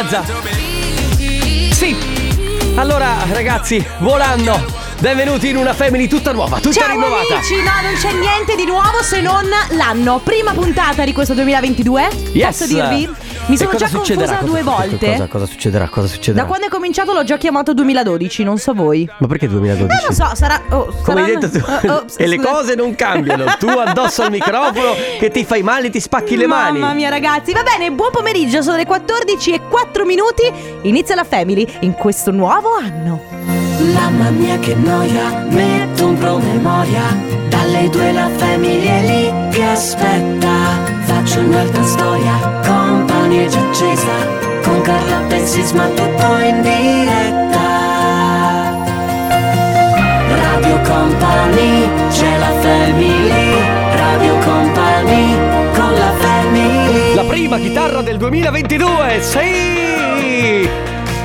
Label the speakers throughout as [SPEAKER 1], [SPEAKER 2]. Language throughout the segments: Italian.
[SPEAKER 1] mezza. Eh, Sì. Allora, ragazzi, volando. Benvenuti in una family tutta nuova, tutta
[SPEAKER 2] Ciao
[SPEAKER 1] rinnovata.
[SPEAKER 2] amici, no, non c'è niente di nuovo se non l'anno. Prima puntata di questo 2022.
[SPEAKER 1] Yes.
[SPEAKER 2] Posso dirvi? Mi
[SPEAKER 1] E
[SPEAKER 2] sono
[SPEAKER 1] cosa
[SPEAKER 2] già
[SPEAKER 1] succederà?
[SPEAKER 2] confusa
[SPEAKER 1] Cosa-
[SPEAKER 2] due
[SPEAKER 1] cosa-
[SPEAKER 2] volte.
[SPEAKER 1] Cosa, cosa succederà? Cosa succederà?
[SPEAKER 2] Da quando è cominciato l'ho già chiamato 2012, non so voi.
[SPEAKER 1] Ma perché 2012?
[SPEAKER 2] Non lo so, sarà. oh,
[SPEAKER 1] Come hai
[SPEAKER 2] saranno-
[SPEAKER 1] detto tu,
[SPEAKER 2] oh, oh,
[SPEAKER 1] e le
[SPEAKER 2] scusa.
[SPEAKER 1] cose non cambiano. Tu addosso al microfono che ti fai male, ti spacchi le mani.
[SPEAKER 2] Mamma mia, ragazzi. Va bene, buon pomeriggio. Sono le 14 e 4 minuti. Inizia la family in questo nuovo anno.
[SPEAKER 3] Mamma mia che noia, metto un promemoria Dalle due la famiglia è lì che aspetta Faccio un'altra storia, compagnia già accesa Con Carlotta e Sisma tutto in diretta Radio Company, c'è la family Radio Company, con la family
[SPEAKER 1] La prima chitarra del 2022, sì!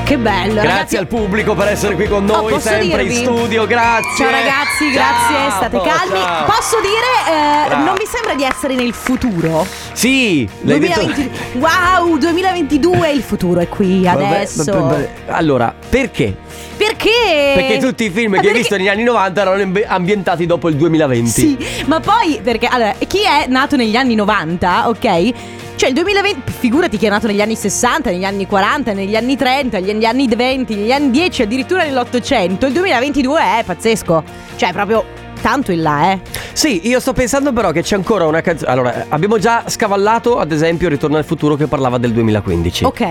[SPEAKER 2] Che bello,
[SPEAKER 1] Grazie
[SPEAKER 2] ragazzi.
[SPEAKER 1] al pubblico per essere qui con
[SPEAKER 2] Oh,
[SPEAKER 1] noi,
[SPEAKER 2] posso
[SPEAKER 1] sempre
[SPEAKER 2] dirvi?
[SPEAKER 1] in studio, grazie.
[SPEAKER 2] Ciao ragazzi, grazie,
[SPEAKER 1] Ciao,
[SPEAKER 2] state calmi.
[SPEAKER 1] ciao.
[SPEAKER 2] Posso dire, eh,
[SPEAKER 1] Bravo.
[SPEAKER 2] non mi sembra di essere nel futuro.
[SPEAKER 1] Sì, l'hai detto-
[SPEAKER 2] 2020 Wow, 2022, il futuro è qui
[SPEAKER 1] Vabbè,
[SPEAKER 2] adesso.
[SPEAKER 1] vabbè, Allora, perché?
[SPEAKER 2] Perché?
[SPEAKER 1] Perché tutti i film
[SPEAKER 2] Ma
[SPEAKER 1] che hai
[SPEAKER 2] perché-
[SPEAKER 1] visto negli anni 90 erano amb- ambientati dopo il 2020.
[SPEAKER 2] Sì, ma poi perché allora, chi è nato negli anni 90, ok? Cioè il 2020, figurati chi è nato negli anni 60, negli anni 40, negli anni 30, negli anni 20, negli anni 10, addirittura nell'Ottocento. Il 2022 è pazzesco. Cioè proprio tanto in là, eh.
[SPEAKER 1] Sì, io sto pensando però che c'è ancora una canzone. Allora, abbiamo già scavallato, ad esempio, Ritorno al futuro che parlava del 2015.
[SPEAKER 2] Ok.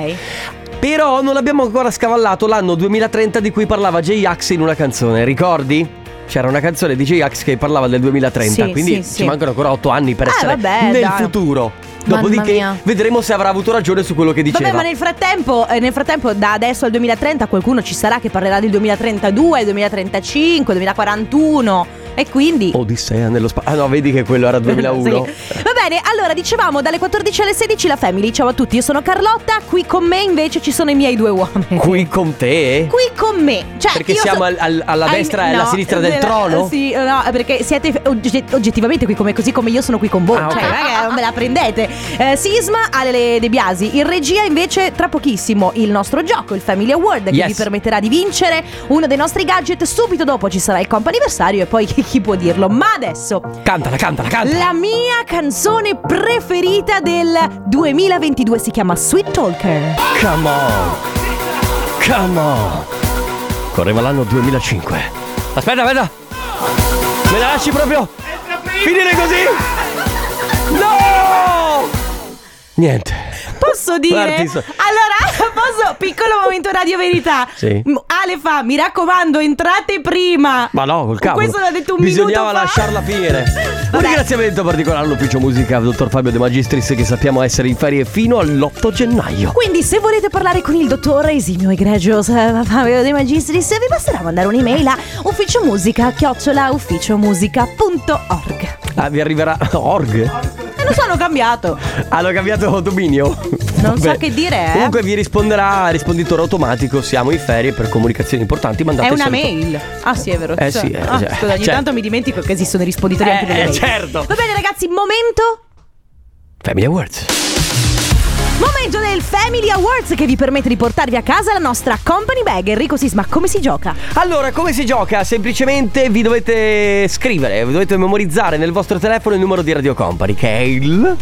[SPEAKER 1] Però non abbiamo ancora scavallato l'anno 2030 di cui parlava J-Ax in una canzone, ricordi? C'era una canzone di J-Ax che parlava del 2030,
[SPEAKER 2] Sì,
[SPEAKER 1] quindi
[SPEAKER 2] sì,
[SPEAKER 1] ci
[SPEAKER 2] sì.
[SPEAKER 1] mancano ancora 8 anni per
[SPEAKER 2] Eh,
[SPEAKER 1] essere
[SPEAKER 2] vabbè,
[SPEAKER 1] nel
[SPEAKER 2] dai.
[SPEAKER 1] futuro.
[SPEAKER 2] Mamma
[SPEAKER 1] Dopodiché
[SPEAKER 2] mia.
[SPEAKER 1] vedremo se avrà avuto ragione su quello che diceva.
[SPEAKER 2] Vabbè, ma nel frattempo, eh, nel frattempo, da adesso al 2030, qualcuno ci sarà che parlerà del 2032, 2035, 2041. E quindi.
[SPEAKER 1] Odissea nello spazio. Ah no, vedi che quello era 2001.
[SPEAKER 2] Sì. Va bene, allora dicevamo dalle 14 alle 16 la family. Ciao a tutti, io sono Carlotta. Qui con me invece ci sono i miei due uomini.
[SPEAKER 1] Qui con te?
[SPEAKER 2] Qui con me. Cioè,
[SPEAKER 1] Perché
[SPEAKER 2] io
[SPEAKER 1] siamo
[SPEAKER 2] so-
[SPEAKER 1] al- al- alla
[SPEAKER 2] Ai-
[SPEAKER 1] destra e alla
[SPEAKER 2] no,
[SPEAKER 1] sinistra del
[SPEAKER 2] della-
[SPEAKER 1] trono?
[SPEAKER 2] Sì, no, perché siete ogget- oggettivamente qui come così come io sono qui con voi.
[SPEAKER 1] Ah,
[SPEAKER 2] cioè,
[SPEAKER 1] ok.
[SPEAKER 2] raga, non ve la prendete. Eh, Sisma, Ale De Biasi. In regia invece tra pochissimo il nostro gioco, il Family Award, che
[SPEAKER 1] Yes.
[SPEAKER 2] vi permetterà di vincere uno dei nostri gadget. Subito dopo ci sarà il comp anniversario e poi chi, chi può dirlo. Ma adesso
[SPEAKER 1] Cantala, cantala, cantala.
[SPEAKER 2] la mia canzone preferita del 2022 si chiama Sweet Talker.
[SPEAKER 1] Come on. Come on. Correva l'anno 2005. Aspetta, aspetta. Me la lasci proprio finire così? No! Niente.
[SPEAKER 2] Posso dire?
[SPEAKER 1] L'artista.
[SPEAKER 2] Allora, posso? Piccolo momento radio verità.
[SPEAKER 1] Sì.
[SPEAKER 2] M- Ale fa, mi raccomando, entrate prima.
[SPEAKER 1] Ma no, col cavolo.
[SPEAKER 2] Questo l'ha detto un
[SPEAKER 1] Bisognava
[SPEAKER 2] minuto fa.
[SPEAKER 1] lasciarla finire. Un
[SPEAKER 2] Vabbè.
[SPEAKER 1] ringraziamento particolare all'ufficio musica al dottor Fabio De Magistris che sappiamo essere in ferie fino all'8 gennaio.
[SPEAKER 2] Quindi se volete parlare con il dottor Esimio Egregio eh, Fabio De Magistris vi basterà mandare un'email a ufficiomusica chiocciola ufficiomusica.org.
[SPEAKER 1] Ah, vi arriverà Org.
[SPEAKER 2] E non so, hanno cambiato.
[SPEAKER 1] Hanno cambiato dominio.
[SPEAKER 2] Non so che dire, eh.
[SPEAKER 1] Comunque vi risponderà risponditore automatico. Siamo in ferie per comunicazioni importanti. Mandate
[SPEAKER 2] È una
[SPEAKER 1] solo-
[SPEAKER 2] mail. Ah, sì, è vero.
[SPEAKER 1] Eh, sì, eh,
[SPEAKER 2] Ah,
[SPEAKER 1] cioè,
[SPEAKER 2] scusa, ogni
[SPEAKER 1] cioè-
[SPEAKER 2] tanto mi dimentico che esistono i risponditori anche
[SPEAKER 1] Eh,
[SPEAKER 2] delle
[SPEAKER 1] eh,
[SPEAKER 2] mail.
[SPEAKER 1] certo.
[SPEAKER 2] Va bene, ragazzi, momento
[SPEAKER 1] Family Awards.
[SPEAKER 2] Momento del Family Awards che vi permette di portarvi a casa la nostra company bag. Enrico Sisma, come si gioca?
[SPEAKER 1] Allora, come si gioca? Semplicemente vi dovete scrivere, vi dovete memorizzare nel vostro telefono il numero di Radio Company, che è il.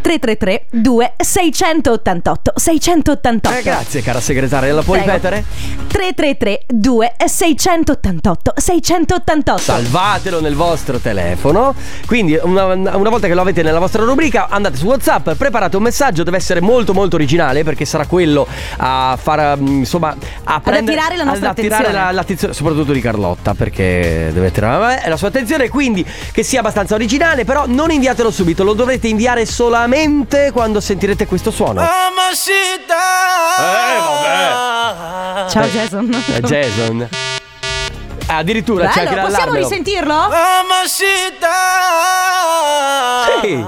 [SPEAKER 2] 333 2688 688.
[SPEAKER 1] Eh, grazie, cara segretaria, la puoi
[SPEAKER 2] Prego.
[SPEAKER 1] ripetere?
[SPEAKER 2] 333 2688 688.
[SPEAKER 1] Salvatelo nel vostro telefono. Quindi, una, una volta che lo avete nella vostra rubrica, andate su WhatsApp, preparate un messaggio. Deve essere molto, molto originale perché sarà quello a far mm, insomma, a prendere,
[SPEAKER 2] attirare la nostra
[SPEAKER 1] ad attirare
[SPEAKER 2] attenzione.
[SPEAKER 1] la- l'attenzione, soprattutto di Carlotta, perché deve attirare la, la sua attenzione. Quindi, che sia abbastanza originale, però non inviatelo subito. Lo dovrete inviare solamente quando sentirete questo suono.
[SPEAKER 2] Ah! Ciao Jason.
[SPEAKER 1] Eh, Jason. Ah, Addirittura c'è anche
[SPEAKER 2] Bello, possiamo
[SPEAKER 1] l'allarme.
[SPEAKER 2] risentirlo?
[SPEAKER 1] Eh. Sì.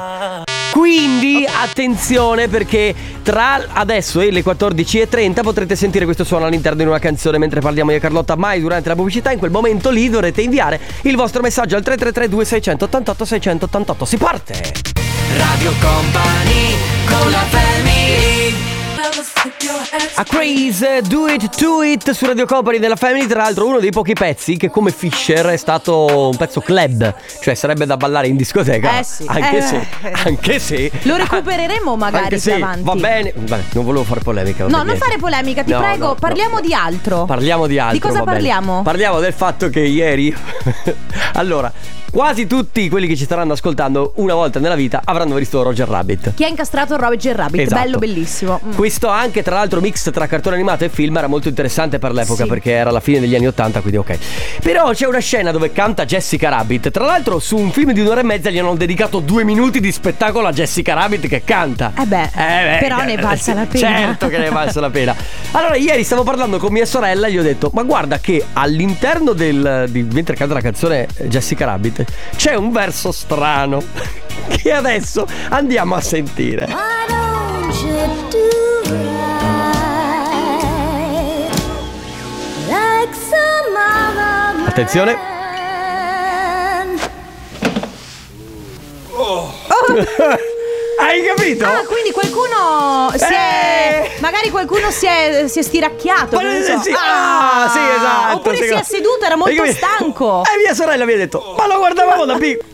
[SPEAKER 1] Quindi attenzione perché tra adesso e le 14.30 potrete sentire questo suono all'interno di una canzone mentre parliamo io e Carlotta mai durante la pubblicità. In quel momento lì dovrete inviare il vostro messaggio al 333 688 688. Si parte! Radio Company con la family. A Craze, Do It, Do It su Radio Company della Family, tra l'altro uno dei pochi pezzi che come Fisher è stato un pezzo club, cioè sarebbe da ballare in discoteca.
[SPEAKER 2] Eh sì.
[SPEAKER 1] Anche
[SPEAKER 2] Eh.
[SPEAKER 1] se, anche se.
[SPEAKER 2] Lo recupereremo magari
[SPEAKER 1] anche
[SPEAKER 2] più
[SPEAKER 1] se,
[SPEAKER 2] avanti.
[SPEAKER 1] Va bene, Vabbè, non volevo fare polemica. va
[SPEAKER 2] No,
[SPEAKER 1] bene.
[SPEAKER 2] non fare polemica, ti
[SPEAKER 1] No,
[SPEAKER 2] prego,
[SPEAKER 1] no,
[SPEAKER 2] parliamo
[SPEAKER 1] no.
[SPEAKER 2] di altro.
[SPEAKER 1] Parliamo di altro.
[SPEAKER 2] Di cosa
[SPEAKER 1] va bene.
[SPEAKER 2] parliamo?
[SPEAKER 1] Parliamo del fatto che ieri. allora, quasi tutti quelli che ci staranno ascoltando una volta nella vita avranno visto Roger Rabbit.
[SPEAKER 2] Chi ha incastrato Roger Rabbit?
[SPEAKER 1] Esatto.
[SPEAKER 2] Bello, bellissimo. Mm.
[SPEAKER 1] Questo anche tra l'altro mix tra cartone animato e film era molto interessante per l'epoca
[SPEAKER 2] Sì.
[SPEAKER 1] perché era la fine degli anni 80 quindi ok. Però c'è una scena dove canta Jessica Rabbit. Tra l'altro su un film di un'ora e mezza gli hanno dedicato due minuti di spettacolo a Jessica Rabbit che canta.
[SPEAKER 2] Eh beh, però ne è valsa la pena.
[SPEAKER 1] Certo che ne è valsa la pena. Allora ieri stavo parlando con mia sorella e gli ho detto ma guarda che all'interno del... di- mentre canta la canzone eh, Jessica Rabbit c'è un verso strano che adesso andiamo a sentire. Attenzione. Hai capito?
[SPEAKER 2] Ah, quindi qualcuno si è.
[SPEAKER 1] Oh. Eh!
[SPEAKER 2] Magari qualcuno si è, si è stiracchiato.
[SPEAKER 1] Ma-
[SPEAKER 2] non lo so.
[SPEAKER 1] sì, ah, sì, esatto. Eh,
[SPEAKER 2] Oppure si è
[SPEAKER 1] secondo-
[SPEAKER 2] seduto, era molto
[SPEAKER 1] Hai capito?
[SPEAKER 2] stanco.
[SPEAKER 1] E mia sorella mi ha detto, ma lo guardavamo da piccolo.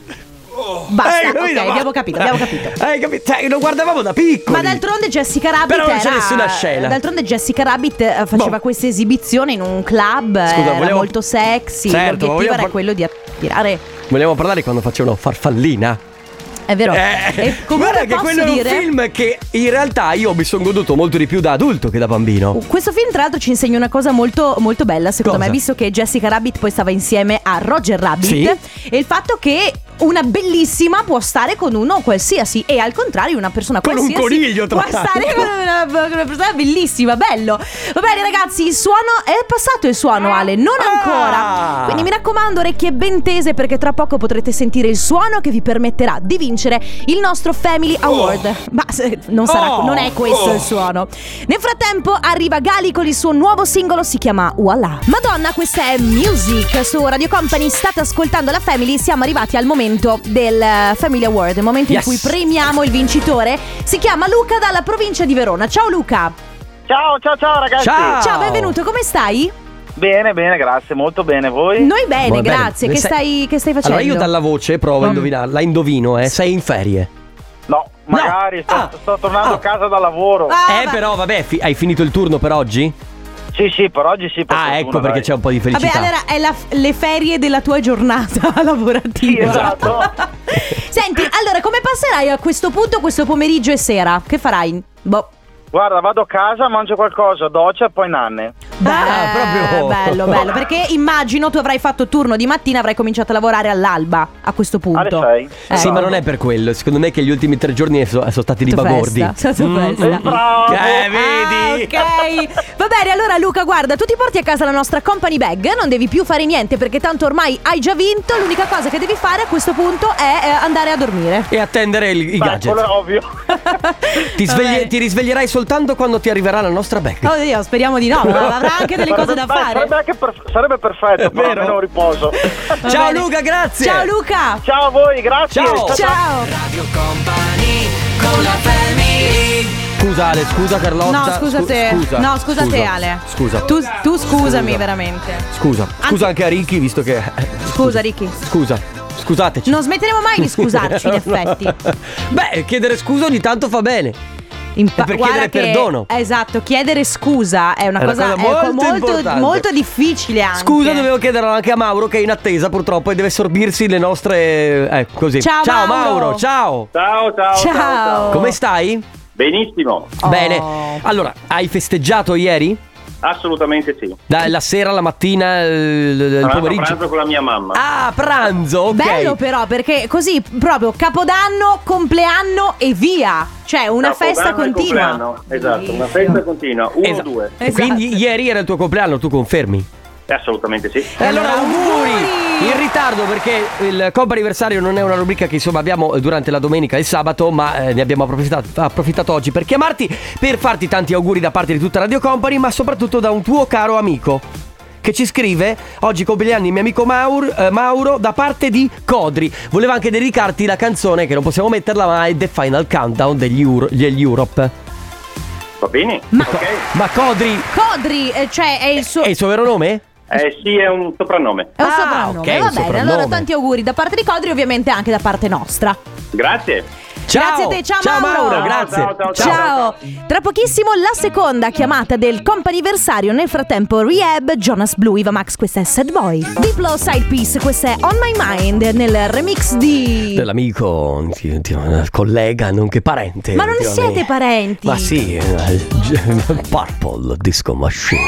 [SPEAKER 2] Basta, ok, abbiamo capito, abbiamo capito.
[SPEAKER 1] Hai capito? Cioè, lo guardavamo da piccolo.
[SPEAKER 2] Ma d'altronde Jessica Rabbit
[SPEAKER 1] Però non c'è
[SPEAKER 2] era-
[SPEAKER 1] nessuna scena.
[SPEAKER 2] D'altronde Jessica Rabbit eh, faceva
[SPEAKER 1] Boh.
[SPEAKER 2] questa esibizione in un club eh,
[SPEAKER 1] Scusa,
[SPEAKER 2] era
[SPEAKER 1] volevo-
[SPEAKER 2] molto sexy.
[SPEAKER 1] Certo,
[SPEAKER 2] L'obiettivo
[SPEAKER 1] volevo
[SPEAKER 2] era
[SPEAKER 1] par-
[SPEAKER 2] quello di attirare.
[SPEAKER 1] Vogliamo parlare quando facevano farfallina?
[SPEAKER 2] È vero.
[SPEAKER 1] Eh,
[SPEAKER 2] e comunque
[SPEAKER 1] guarda che
[SPEAKER 2] posso
[SPEAKER 1] quello
[SPEAKER 2] dire
[SPEAKER 1] è un film che in realtà io mi sono goduto molto di più da adulto che da bambino.
[SPEAKER 2] Uh, Questo film tra l'altro ci insegna una cosa molto, molto bella secondo
[SPEAKER 1] Cosa?
[SPEAKER 2] me Visto che Jessica Rabbit poi stava insieme a Roger Rabbit
[SPEAKER 1] Sì.
[SPEAKER 2] E il fatto che una bellissima può stare con uno qualsiasi E al contrario una persona
[SPEAKER 1] Con un
[SPEAKER 2] qualsiasi
[SPEAKER 1] coniglio, tra
[SPEAKER 2] Può stare
[SPEAKER 1] l'altro.
[SPEAKER 2] con una, con una persona bellissima, bello Va bene ragazzi, il suono è passato il suono Ale, non
[SPEAKER 1] Ah.
[SPEAKER 2] ancora Quindi mi raccomando orecchie ben tese Perché tra poco potrete sentire il suono che vi permetterà di vincere il nostro Family Award Ma se- non, sarà,
[SPEAKER 1] Oh.
[SPEAKER 2] non è questo il suono Nel frattempo arriva Gali con il suo nuovo singolo Si chiama Voilà Madonna questa è Music su Radio Company State ascoltando la Family Siamo arrivati al momento del eh, Family Award Il momento
[SPEAKER 1] Yes.
[SPEAKER 2] in cui premiamo il vincitore Si chiama Luca dalla provincia di Verona Ciao Luca
[SPEAKER 4] Ciao, ciao, ciao ragazzi.
[SPEAKER 1] Ciao.
[SPEAKER 2] Ciao benvenuto, come stai?
[SPEAKER 4] Bene, bene, grazie, molto bene. Voi?
[SPEAKER 2] Noi bene,
[SPEAKER 1] Va bene.
[SPEAKER 2] grazie.
[SPEAKER 1] Ne
[SPEAKER 2] Che
[SPEAKER 1] sai-
[SPEAKER 2] stai, che stai facendo?
[SPEAKER 1] Allora io dalla voce provo a
[SPEAKER 2] Mm.
[SPEAKER 1] indovinarla, la indovino, eh. Sei in ferie.
[SPEAKER 4] No, magari Sto,
[SPEAKER 1] Ah.
[SPEAKER 4] sto
[SPEAKER 1] Ah.
[SPEAKER 4] tornando a casa dal lavoro.
[SPEAKER 2] Ah,
[SPEAKER 1] eh,
[SPEAKER 2] va-
[SPEAKER 1] però, vabbè, fi- hai finito il turno per oggi?
[SPEAKER 4] Sì, sì, per oggi sì. Per
[SPEAKER 1] Ah,
[SPEAKER 4] fortuna,
[SPEAKER 1] ecco perché
[SPEAKER 4] dai.
[SPEAKER 1] c'è un po' di felicità.
[SPEAKER 2] Vabbè, allora è la- le ferie della tua giornata lavorativa.
[SPEAKER 4] Sì, esatto.
[SPEAKER 2] Senti, allora come passerai a questo punto questo pomeriggio e sera? Che farai? Boh.
[SPEAKER 4] Guarda, vado a casa, mangio qualcosa, doccia e poi nanne.
[SPEAKER 1] Ah,
[SPEAKER 2] Beh,
[SPEAKER 1] proprio.
[SPEAKER 2] Bello, bello. Perché immagino tu avrai fatto turno di mattina, avrai cominciato a lavorare all'alba a questo punto.
[SPEAKER 4] Alle sei.
[SPEAKER 1] Sì,
[SPEAKER 2] Ecco.
[SPEAKER 1] ma non è per quello. Secondo me che gli ultimi tre giorni so- sono stati di
[SPEAKER 2] Sotto
[SPEAKER 1] bagordi. Mm,
[SPEAKER 2] festa, sotto
[SPEAKER 4] Mm.
[SPEAKER 2] festa.
[SPEAKER 4] Bravo.
[SPEAKER 1] Eh,
[SPEAKER 2] Ah,
[SPEAKER 1] vedi?
[SPEAKER 2] ok. Va bene, allora Luca, guarda, tu ti porti a casa la nostra company bag, non devi più fare niente perché tanto ormai hai già vinto, l'unica cosa che devi fare a questo punto è eh, andare a dormire.
[SPEAKER 1] E attendere il- i
[SPEAKER 4] Dai,
[SPEAKER 1] gadget.
[SPEAKER 4] quello è ovvio.
[SPEAKER 1] Ti,
[SPEAKER 2] Va
[SPEAKER 1] svegli-
[SPEAKER 2] bene.
[SPEAKER 1] ti risveglierai soltanto quando ti arriverà la nostra bag.
[SPEAKER 2] Oddio, speriamo di no, ma avrà anche delle cose da
[SPEAKER 4] Dai,
[SPEAKER 2] fare.
[SPEAKER 4] Sarebbe, anche per- sarebbe perfetto, però
[SPEAKER 1] vero.
[SPEAKER 4] almeno riposo.
[SPEAKER 2] Va
[SPEAKER 1] Ciao
[SPEAKER 2] bene.
[SPEAKER 1] Luca, grazie.
[SPEAKER 2] Ciao Luca.
[SPEAKER 4] ciao a voi, grazie.
[SPEAKER 1] Ciao.
[SPEAKER 2] Ciao.
[SPEAKER 1] Scusa Ale, scusa Carlotta.
[SPEAKER 2] No, scusa
[SPEAKER 1] scu-
[SPEAKER 2] te.
[SPEAKER 1] scusa,
[SPEAKER 2] no, scusa te
[SPEAKER 1] scusa,
[SPEAKER 2] Ale.
[SPEAKER 1] Scusa.
[SPEAKER 2] Tu, tu scusami
[SPEAKER 1] Scusa.
[SPEAKER 2] veramente.
[SPEAKER 1] Scusa. Scusa anche a Ricky visto che
[SPEAKER 2] Scusa Ricky.
[SPEAKER 1] Scusa. Scusateci.
[SPEAKER 2] Non smetteremo mai di scusarci in effetti.
[SPEAKER 1] Beh, chiedere scusa ogni tanto fa bene.
[SPEAKER 2] Impa-
[SPEAKER 1] È per
[SPEAKER 2] guarda
[SPEAKER 1] chiedere
[SPEAKER 2] che-
[SPEAKER 1] perdono.
[SPEAKER 2] Esatto, chiedere scusa è una,
[SPEAKER 1] È una
[SPEAKER 2] cosa,
[SPEAKER 1] cosa
[SPEAKER 2] ecco,
[SPEAKER 1] molto importante.
[SPEAKER 2] molto difficile anche.
[SPEAKER 1] Scusa, dovevo chiederlo anche a Mauro che è in attesa purtroppo e deve sorbirsi le nostre eh, così.
[SPEAKER 2] Ciao,
[SPEAKER 1] ciao
[SPEAKER 2] Mauro.
[SPEAKER 1] Mauro, ciao.
[SPEAKER 4] Ciao, ciao,
[SPEAKER 2] Ciao.
[SPEAKER 1] Come stai?
[SPEAKER 4] Benissimo,
[SPEAKER 2] Oh.
[SPEAKER 1] Bene. Allora, hai festeggiato ieri?
[SPEAKER 4] assolutamente sì.
[SPEAKER 1] Dalla sera alla mattina, il, il pomeriggio.
[SPEAKER 4] con la mia mamma.
[SPEAKER 1] Ah, pranzo, ok.
[SPEAKER 2] Bello però perché così proprio capodanno, compleanno e via. Cioè una festa continua.
[SPEAKER 4] Esatto,
[SPEAKER 2] Bellissimo.
[SPEAKER 4] una festa continua. Uno,
[SPEAKER 1] Esatto.
[SPEAKER 4] due.
[SPEAKER 1] E Quindi ieri era il tuo compleanno, tu confermi?
[SPEAKER 4] Assolutamente sì.
[SPEAKER 1] E allora auguri!
[SPEAKER 2] auguri!
[SPEAKER 1] In ritardo perché il compa anniversario non è una rubrica che insomma abbiamo eh, durante la domenica e il sabato, ma eh, ne abbiamo approfittato, approfittato oggi per chiamarti, per farti tanti auguri da parte di tutta Radio Company, ma soprattutto da un tuo caro amico che ci scrive oggi compie gli anni mio amico Maur- eh, Mauro da parte di Codri. Voleva anche dedicarti la canzone che non possiamo metterla, ma è The Final Countdown degli, Ur- degli Europe.
[SPEAKER 4] Va bene?
[SPEAKER 2] Ma-
[SPEAKER 4] Ok?
[SPEAKER 1] Ma Codri
[SPEAKER 2] Codri, eh, cioè è il suo...
[SPEAKER 1] è il suo vero nome?
[SPEAKER 4] Eh sì, è un soprannome.
[SPEAKER 2] È un
[SPEAKER 1] Ah,
[SPEAKER 2] soprannome,
[SPEAKER 1] ok, un
[SPEAKER 2] va bene.
[SPEAKER 1] soprannome.
[SPEAKER 2] Allora, tanti auguri da parte di Codri, ovviamente anche da parte nostra.
[SPEAKER 4] Grazie.
[SPEAKER 1] Ciao!
[SPEAKER 2] Grazie a te, ciao,
[SPEAKER 1] Mauro!
[SPEAKER 2] Mauro. Ciao,
[SPEAKER 1] grazie!
[SPEAKER 4] ciao, ciao,
[SPEAKER 2] Ciao. Tra pochissimo la seconda chiamata del comp'anniversario. Nel frattempo, Rehab, Jonas Blue, Iva Max, questa è Sad Boy. Diplo Side Piece, questa è On My Mind nel remix di.
[SPEAKER 1] Dell'amico, ti- ti- collega, nonché parente.
[SPEAKER 2] Ma non
[SPEAKER 1] ultimamente.
[SPEAKER 2] siete parenti.
[SPEAKER 1] Ma sì, eh, Purple Disco Machine.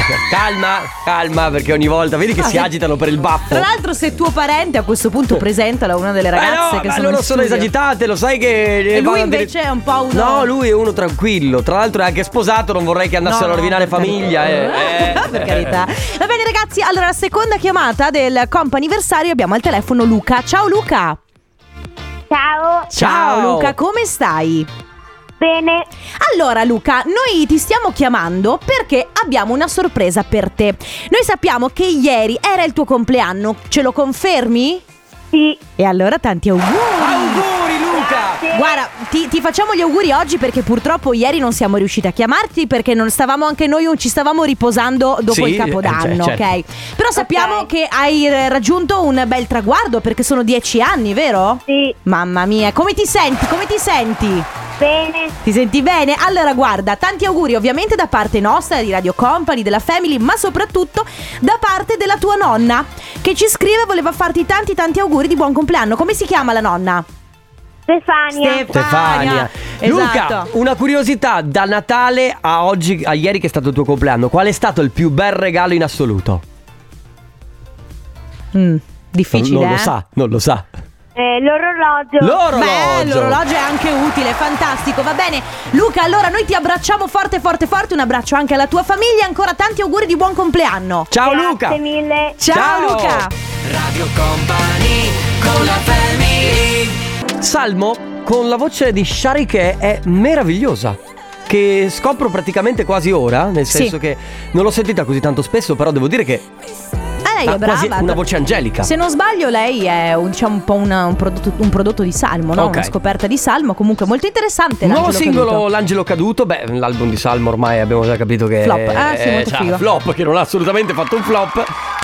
[SPEAKER 1] Calma, calma, perché ogni volta vedi che si agitano per il baffo.
[SPEAKER 2] Tra l'altro, se tuo parente a questo punto presentala a una delle
[SPEAKER 1] Eh
[SPEAKER 2] ragazze
[SPEAKER 1] no,
[SPEAKER 2] che
[SPEAKER 1] ma
[SPEAKER 2] sono.
[SPEAKER 1] loro
[SPEAKER 2] in
[SPEAKER 1] sono
[SPEAKER 2] studio.
[SPEAKER 1] esagitate, lo sai che. eh,
[SPEAKER 2] E lui invece è un po' uno.
[SPEAKER 1] No, lui è uno tranquillo. Tra l'altro è anche sposato, non vorrei che andassero
[SPEAKER 2] No,
[SPEAKER 1] a
[SPEAKER 2] no,
[SPEAKER 1] rovinare
[SPEAKER 2] per
[SPEAKER 1] famiglia.
[SPEAKER 2] carità.
[SPEAKER 1] eh. Eh.
[SPEAKER 2] per carità. Va bene, ragazzi. Allora, la seconda chiamata del comp anniversario abbiamo al telefono Luca. Ciao Luca.
[SPEAKER 5] Ciao,
[SPEAKER 1] Ciao.
[SPEAKER 2] Luca, come stai?
[SPEAKER 5] bene,
[SPEAKER 2] Allora Luca, noi ti stiamo chiamando perché abbiamo una sorpresa per te. Noi sappiamo che ieri era il tuo compleanno, ce lo confermi?
[SPEAKER 5] sì,
[SPEAKER 2] E allora tanti auguri!
[SPEAKER 1] Auguri, Luca!
[SPEAKER 2] Guarda, ti, ti facciamo gli auguri oggi perché purtroppo ieri non siamo riusciti a chiamarti perché non stavamo anche noi, ci stavamo riposando dopo
[SPEAKER 1] Sì,
[SPEAKER 2] il Capodanno,
[SPEAKER 1] eh, certo.
[SPEAKER 2] ok? Però sappiamo
[SPEAKER 5] Ok.
[SPEAKER 2] che hai eh, raggiunto un bel traguardo perché sono dieci anni, vero?
[SPEAKER 5] sì,
[SPEAKER 2] Mamma mia, come ti senti? Come ti senti?
[SPEAKER 5] bene,
[SPEAKER 2] Ti senti bene? Allora guarda, tanti auguri ovviamente da parte nostra, di Radio Company, della Family, ma soprattutto da parte della tua nonna che ci scrive e voleva farti tanti tanti auguri di buon compleanno. Come si chiama la nonna?
[SPEAKER 5] Stefania,
[SPEAKER 1] Stefania. Luca,
[SPEAKER 2] Esatto.
[SPEAKER 1] una curiosità da Natale a oggi, a ieri che è stato il tuo compleanno, qual è stato il più bel regalo in assoluto?
[SPEAKER 2] Mm,
[SPEAKER 1] Non,
[SPEAKER 2] difficile.
[SPEAKER 1] non lo
[SPEAKER 2] eh?
[SPEAKER 1] sa, non lo sa.
[SPEAKER 5] eh, l'orologio.
[SPEAKER 1] L'orologio.
[SPEAKER 2] Beh, l'orologio è anche utile, fantastico, va bene. Luca, allora noi ti abbracciamo forte, forte, forte. Un abbraccio anche alla tua famiglia. Ancora tanti auguri di buon compleanno.
[SPEAKER 1] Ciao
[SPEAKER 5] Grazie
[SPEAKER 1] Luca.
[SPEAKER 5] mille.
[SPEAKER 2] Ciao,
[SPEAKER 1] Ciao.
[SPEAKER 2] Luca.
[SPEAKER 1] Radio Company con la Salmo con la voce di Sharike è meravigliosa. Che scopro praticamente quasi ora, nel
[SPEAKER 2] Sì.
[SPEAKER 1] senso che non l'ho sentita così tanto spesso, però devo dire che
[SPEAKER 2] Ah, lei
[SPEAKER 1] ha
[SPEAKER 2] è brava.
[SPEAKER 1] quasi una voce angelica.
[SPEAKER 2] Se non sbaglio, lei è un, diciamo, un po' una- un, prodotto, un prodotto di Salmo, no?
[SPEAKER 1] Ok.
[SPEAKER 2] Una scoperta di Salmo, comunque molto interessante.
[SPEAKER 1] Nuovo
[SPEAKER 2] l'angelo
[SPEAKER 1] singolo
[SPEAKER 2] caduto.
[SPEAKER 1] L'Angelo Caduto, beh l'album di Salmo ormai abbiamo già capito che
[SPEAKER 2] Flop.
[SPEAKER 1] è
[SPEAKER 2] Ah, sì, molto
[SPEAKER 1] cioè,
[SPEAKER 2] figo.
[SPEAKER 1] flop, che non ha assolutamente fatto un flop,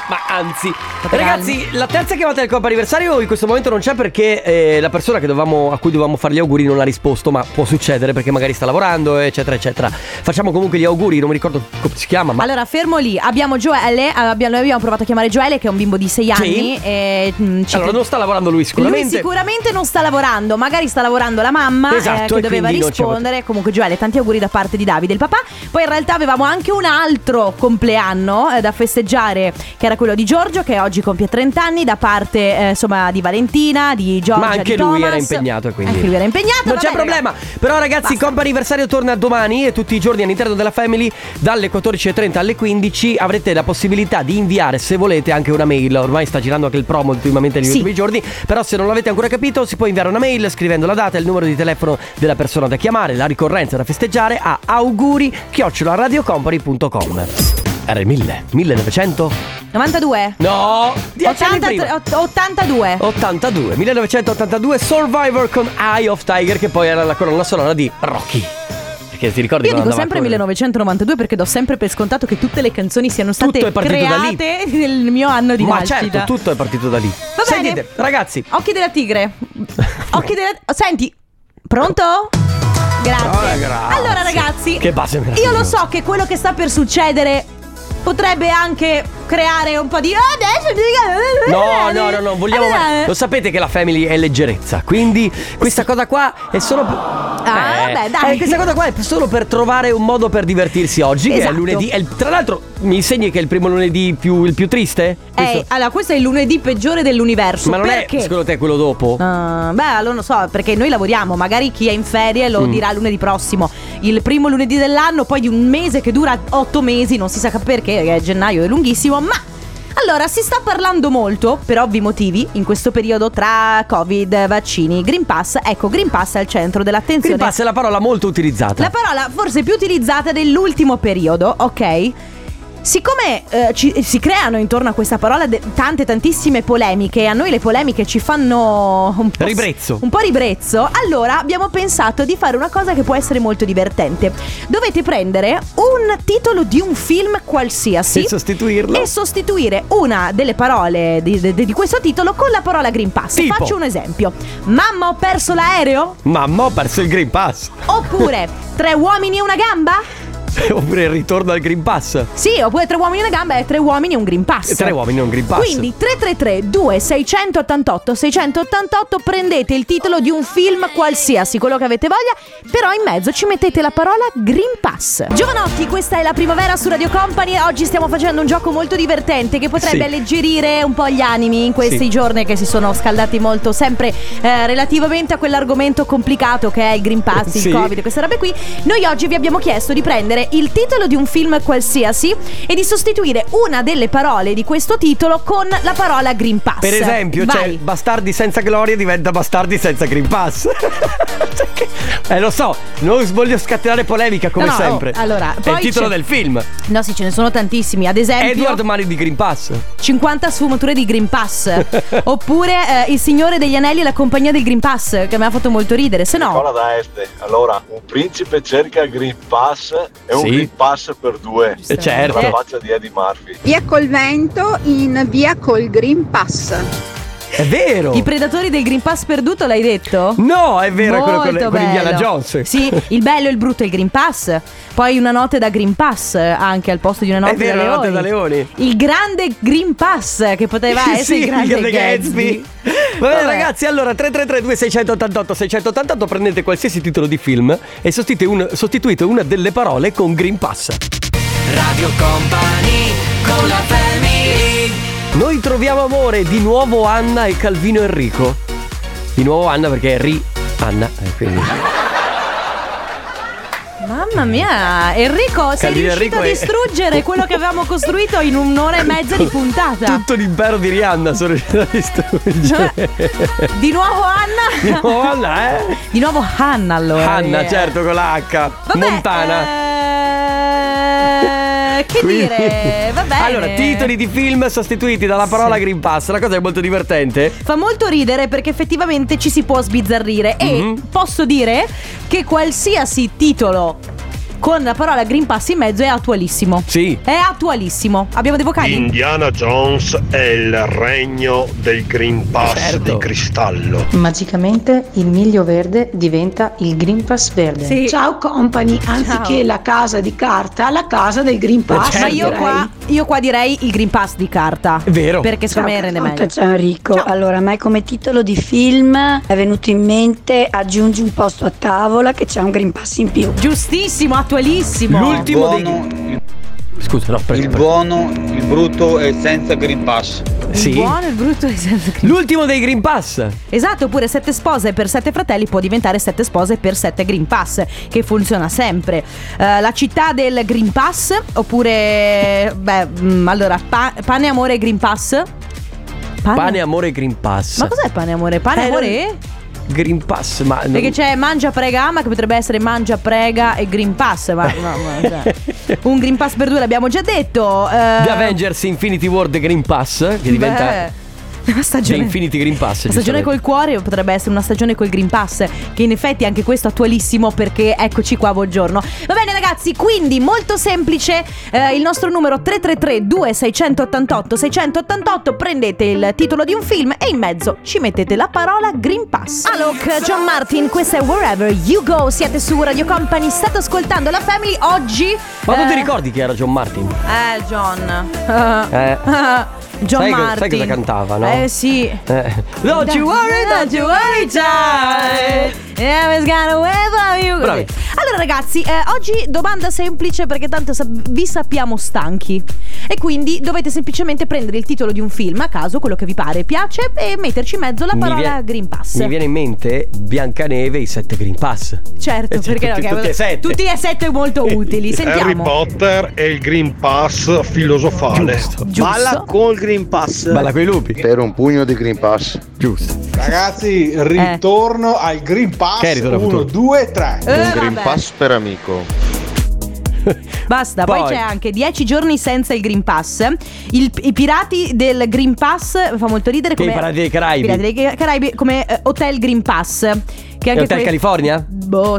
[SPEAKER 1] ma anzi.
[SPEAKER 2] Fate
[SPEAKER 1] Ragazzi, la terza chiamata del Coppa Anniversario in questo momento non c'è perché eh, la persona che dovevamo- a cui dovevamo fare gli auguri non ha risposto, ma può succedere perché magari sta lavorando, eccetera, eccetera. Facciamo comunque gli auguri, non mi ricordo come si chiama, ma...
[SPEAKER 2] Allora, fermo lì. Abbiamo Joelle, abbiamo, noi abbiamo provato a chiamare Joelle, che è un bimbo di 6
[SPEAKER 1] Sì.
[SPEAKER 2] anni. E, mm, ci-
[SPEAKER 1] Allora, non sta lavorando lui sicuramente.
[SPEAKER 2] Lui sicuramente non sta lavorando, magari sta lavorando la mamma eh,
[SPEAKER 1] Esatto,
[SPEAKER 2] che
[SPEAKER 1] e
[SPEAKER 2] doveva
[SPEAKER 1] quindi non ci ha
[SPEAKER 2] rispondere. Comunque Gioele, tanti auguri da parte di Davide, il papà. Poi in realtà avevamo anche un altro compleanno eh, da festeggiare, che era quello di Giorgio, che oggi compie 30 anni, da parte eh, insomma di Valentina, di Giorgio.
[SPEAKER 1] Ma anche lui era impegnato e quindi.
[SPEAKER 2] Anche lui era impegnato.
[SPEAKER 1] Non
[SPEAKER 2] va
[SPEAKER 1] c'è
[SPEAKER 2] bene,
[SPEAKER 1] problema.
[SPEAKER 2] ragazzi.
[SPEAKER 1] Però, ragazzi, il
[SPEAKER 2] Basta.
[SPEAKER 1] compa anniversario torna domani e tutti i giorni all'interno della Family, dalle 14.30 alle 15, avrete la possibilità di inviare, se volete, anche una mail. Ormai sta girando anche il promo ultimamente negli
[SPEAKER 2] Sì.
[SPEAKER 1] ultimi giorni. Però, se non l'avete ancora capito, si può inviare una mail scrivendo la data e il numero di telefono della persona da chiamare, la ricorrenza da festeggiare a auguri radiocompany.com. R1000 1900?
[SPEAKER 2] 92.
[SPEAKER 1] No! 10 anni
[SPEAKER 2] 83
[SPEAKER 1] prima. Oh,
[SPEAKER 2] ott- 82.
[SPEAKER 1] 82, 1982 Survivor con Eye of Tiger che poi era la colonna sonora di Rocky. Perché ti ricordi
[SPEAKER 2] Io
[SPEAKER 1] quando andava
[SPEAKER 2] dico sempre
[SPEAKER 1] a correre?
[SPEAKER 2] 1992 perché do sempre per scontato che tutte le canzoni siano state
[SPEAKER 1] Tutto è partito da lì.
[SPEAKER 2] create nel mio anno di
[SPEAKER 1] Ma
[SPEAKER 2] nascita.
[SPEAKER 1] certo, tutto è partito da lì.
[SPEAKER 2] Va bene.
[SPEAKER 1] Sentite, ragazzi,
[SPEAKER 2] Occhi della tigre. Occhi della. Senti, pronto? Grazie.
[SPEAKER 1] Ah, grazie.
[SPEAKER 2] Allora, ragazzi,
[SPEAKER 1] Che base
[SPEAKER 2] io lo
[SPEAKER 1] meravigliosa.
[SPEAKER 2] so che quello che sta per succedere potrebbe anche creare un po' di. "Ah, Adesso mi-
[SPEAKER 1] No, no, no, no, vogliamo.
[SPEAKER 2] Allora-
[SPEAKER 1] Lo sapete che la family è leggerezza. Quindi questa cosa qua è solo.
[SPEAKER 2] Ah, vabbè, dai.
[SPEAKER 1] eh, questa cosa qua è solo per trovare un modo per divertirsi oggi. Che è
[SPEAKER 2] Esatto.
[SPEAKER 1] lunedì. è il- tra l'altro, mi insegni che è il primo lunedì più, il più triste? Questo-
[SPEAKER 2] Eh, allora, questo è il lunedì peggiore dell'universo.
[SPEAKER 1] Ma non
[SPEAKER 2] perché?
[SPEAKER 1] è secondo te quello dopo?
[SPEAKER 2] Ah, beh, allora non so, perché noi lavoriamo, magari chi è in ferie lo dirà lunedì prossimo, il primo lunedì dell'anno, poi di un mese che dura otto mesi, non si sa perché, è gennaio è lunghissimo, ma... Allora, si sta parlando molto, per ovvi motivi, in questo periodo tra Covid, vaccini, Green Pass. Ecco, Green Pass è al centro dell'attenzione.
[SPEAKER 1] Green Pass è la Esatto. parola molto utilizzata.
[SPEAKER 2] La parola forse più utilizzata dell'ultimo periodo, ok? Siccome eh, ci- si creano intorno a questa parola de- tante tantissime polemiche e a noi le polemiche ci fanno un po'
[SPEAKER 1] Ribrezzo.
[SPEAKER 2] un po' ribrezzo, allora abbiamo pensato di fare una cosa che può essere molto divertente. Dovete prendere un titolo di un film qualsiasi
[SPEAKER 1] E sostituirlo?
[SPEAKER 2] e sostituire una delle parole di, di- di questo titolo con la parola Green Pass.
[SPEAKER 1] Tipo?
[SPEAKER 2] Faccio un esempio. Mamma ho perso l'aereo?
[SPEAKER 1] Mamma ho perso il Green Pass.
[SPEAKER 2] Oppure tre uomini e una gamba?
[SPEAKER 1] Oppure il ritorno al Green Pass.
[SPEAKER 2] Sì, oppure tre uomini e una gamba e tre uomini e un Green Pass.
[SPEAKER 1] E tre uomini e un Green Pass.
[SPEAKER 2] Quindi 333 2688 688 prendete il titolo di un film qualsiasi, quello che avete voglia, però in mezzo ci mettete la parola Green Pass. Giovanotti, questa è la primavera su Radio Company. Oggi stiamo facendo un gioco molto divertente che potrebbe
[SPEAKER 1] Sì.
[SPEAKER 2] alleggerire un po' gli animi in questi
[SPEAKER 1] Sì.
[SPEAKER 2] giorni che si sono scaldati molto, sempre eh, relativamente a quell'argomento complicato che è il Green Pass,
[SPEAKER 1] Sì.
[SPEAKER 2] il Covid, queste robe qui. Noi oggi vi abbiamo chiesto di prendere il titolo di un film qualsiasi e di sostituire una delle parole di questo titolo con la parola Green Pass.
[SPEAKER 1] Per esempio, cioè,
[SPEAKER 2] Vai.
[SPEAKER 1] bastardi senza gloria diventa bastardi senza Green Pass. Cioè che- eh, lo so, non voglio scatenare polemica come
[SPEAKER 2] No, no,
[SPEAKER 1] sempre.
[SPEAKER 2] oh, allora,
[SPEAKER 1] è il
[SPEAKER 2] poi
[SPEAKER 1] titolo
[SPEAKER 2] c'è-
[SPEAKER 1] del film.
[SPEAKER 2] No, sì, ce ne sono tantissimi. Ad esempio,
[SPEAKER 1] Edward Mani di Green Pass.
[SPEAKER 2] 50 sfumature di Green Pass. Oppure eh, Il Signore degli Anelli e la compagnia del Green Pass, che mi ha fatto molto ridere. Se
[SPEAKER 1] Ah.
[SPEAKER 2] no,
[SPEAKER 6] Nicola da Este. Allora, un principe cerca il Green Pass e un
[SPEAKER 1] Sì.
[SPEAKER 6] Green Pass per due.
[SPEAKER 1] Eh, certo.
[SPEAKER 6] La faccia di Eddie Murphy.
[SPEAKER 7] Via col vento in via col Green Pass.
[SPEAKER 1] È vero.
[SPEAKER 2] I predatori del Green Pass perduto, l'hai detto?
[SPEAKER 1] No, è vero, è quello con,
[SPEAKER 2] Molto
[SPEAKER 1] con Indiana
[SPEAKER 2] bello.
[SPEAKER 1] Jones.
[SPEAKER 2] Sì, il bello, il brutto e il Green Pass. Poi una notte da Green Pass anche al posto di una notte
[SPEAKER 1] è vero,
[SPEAKER 2] da
[SPEAKER 1] la
[SPEAKER 2] leoni.
[SPEAKER 1] notte da leoni.
[SPEAKER 2] Il grande Green Pass che poteva essere
[SPEAKER 1] sì,
[SPEAKER 2] il Eh, grande, Gatsby.
[SPEAKER 1] Va bene ragazzi, allora 333 688 688 prendete qualsiasi titolo di film e sostituite, un- sostituite una delle parole con Green Pass. Radio Company con la Noi troviamo amore di nuovo Anna e Calvino Enrico. Di nuovo Anna perché è ri Anna, eh, quindi
[SPEAKER 2] Mamma mia, Enrico, sei
[SPEAKER 1] Calvino
[SPEAKER 2] riuscito
[SPEAKER 1] Enrico
[SPEAKER 2] a
[SPEAKER 1] è-
[SPEAKER 2] distruggere quello che avevamo costruito in un'ora e mezza di puntata.
[SPEAKER 1] tutto l'impero di Rihanna sono riuscito a distruggere.
[SPEAKER 2] Di nuovo
[SPEAKER 1] Di
[SPEAKER 2] Anna.
[SPEAKER 1] nuovo Anna, eh?
[SPEAKER 2] Di nuovo Hanna allora.
[SPEAKER 1] Anna,
[SPEAKER 2] Eh.
[SPEAKER 1] certo, con la H.
[SPEAKER 2] Vabbè,
[SPEAKER 1] Montana.
[SPEAKER 2] eh, Che
[SPEAKER 1] Quindi-
[SPEAKER 2] dire? Va bene.
[SPEAKER 1] Allora, titoli di film sostituiti dalla parola Green Pass. La cosa è molto divertente.
[SPEAKER 2] Fa molto ridere perché effettivamente ci si può sbizzarrire
[SPEAKER 1] Mhm.
[SPEAKER 2] e posso dire che qualsiasi titolo con la parola Green Pass in mezzo è attualissimo.
[SPEAKER 1] Sì.
[SPEAKER 2] È attualissimo. Abbiamo dei vocali?
[SPEAKER 8] Indiana Jones è il regno del Green Pass
[SPEAKER 1] Certo.
[SPEAKER 8] di cristallo.
[SPEAKER 9] Magicamente il miglio verde diventa il Green Pass verde.
[SPEAKER 2] Sì.
[SPEAKER 7] Ciao company, anziché la casa di carta, la casa del Green Pass.
[SPEAKER 1] certo.
[SPEAKER 2] Ma io qua, io qua direi il Green Pass di carta.
[SPEAKER 1] È vero.
[SPEAKER 2] Perché secondo me rende
[SPEAKER 1] Esatto.
[SPEAKER 2] meglio.
[SPEAKER 10] Ciao Enrico, allora a me come titolo di film è venuto in mente aggiungi un posto a tavola che c'è un Green Pass in più.
[SPEAKER 2] Giustissimo, attualissimo.
[SPEAKER 1] L'ultimo dei. Scusa, no, perché.
[SPEAKER 4] buono, il brutto e senza Green Pass.
[SPEAKER 1] Sì.
[SPEAKER 2] Il buono, il brutto e il senza Green
[SPEAKER 1] L'ultimo dei Green Pass.
[SPEAKER 2] Esatto, oppure sette spose per sette fratelli può diventare sette spose per sette Green Pass, che funziona sempre. Eh, la città del Green Pass, oppure... Beh, mm, allora, pa- pane, amore, Green Pass. Pane,
[SPEAKER 1] Pane, amore, Green Pass.
[SPEAKER 2] Ma cos'è pane, amore? Pane,
[SPEAKER 1] Eh,
[SPEAKER 2] amore?
[SPEAKER 1] non- Green Pass, ma. non-
[SPEAKER 2] Perché c'è mangia, prega, ama, che potrebbe essere mangia, prega e Green Pass. Ma, ma- ma- cioè. Un Green Pass per due l'abbiamo già detto. eh,
[SPEAKER 1] The Avengers Infinity War The Green Pass. Che diventa.
[SPEAKER 2] Beh, una stagione
[SPEAKER 1] The Infinity Green Pass,
[SPEAKER 2] Una stagione
[SPEAKER 1] giustamente.
[SPEAKER 2] col cuore potrebbe essere una stagione col Green Pass, che in effetti anche questo è attualissimo perché eccoci qua, buongiorno. Va bene ragazzi, quindi molto semplice, eh, il nostro numero 333 2688 688, prendete il titolo di un film e in mezzo ci mettete la parola Green Pass. Alok, John Martin, questa è Wherever You Go, siete su Radio Company, state ascoltando la Family oggi.
[SPEAKER 1] Ma tu
[SPEAKER 2] eh,
[SPEAKER 1] ti ricordi chi era John Martin?
[SPEAKER 2] eh, John.
[SPEAKER 1] Eh.
[SPEAKER 2] John
[SPEAKER 1] Sai co-
[SPEAKER 2] Martin.
[SPEAKER 1] sai cosa cantava, no?
[SPEAKER 2] Eh sì.
[SPEAKER 1] Eh. Don't you worry, don't you
[SPEAKER 2] worry, child. Yeah, it's gonna weather you.
[SPEAKER 1] Bravi.
[SPEAKER 2] Allora, ragazzi, eh, oggi domanda semplice perché tanto sa- vi sappiamo stanchi. E quindi dovete semplicemente prendere il titolo di un film a caso, quello che vi pare e piace, e metterci in mezzo la
[SPEAKER 1] Mi
[SPEAKER 2] parola
[SPEAKER 1] vie-
[SPEAKER 2] Green Pass.
[SPEAKER 1] Mi viene in mente Biancaneve e i sette Green Pass.
[SPEAKER 2] Certo,
[SPEAKER 1] Eh, sì,
[SPEAKER 2] perché no,
[SPEAKER 1] tutti-
[SPEAKER 2] che-
[SPEAKER 1] tutti e sette.
[SPEAKER 2] tutti e sette molto utili. Sentiamo.
[SPEAKER 8] Potter e il Green Pass filosofale.
[SPEAKER 2] Giusto.
[SPEAKER 4] col Green Pass.
[SPEAKER 1] Balla coi lupi.
[SPEAKER 6] Per un pugno di Green Pass.
[SPEAKER 1] Giusto.
[SPEAKER 11] Ragazzi, ritorno al Green Pass
[SPEAKER 1] Che ritorno al futuro?
[SPEAKER 11] 1, 2, 3.
[SPEAKER 2] Eh,
[SPEAKER 6] un Green
[SPEAKER 2] vabbè.
[SPEAKER 6] Pass per amico.
[SPEAKER 2] Basta, poi,
[SPEAKER 1] Poi.
[SPEAKER 2] c'è anche 10 giorni senza il Green Pass. Il- I pirati del Green Pass fa molto ridere
[SPEAKER 1] Che
[SPEAKER 2] come
[SPEAKER 1] i Pirati dei Caraibi.
[SPEAKER 2] Pirati dei Ca- Caraibi come eh, Hotel Green Pass. Che
[SPEAKER 1] Hotel California?
[SPEAKER 2] Boh,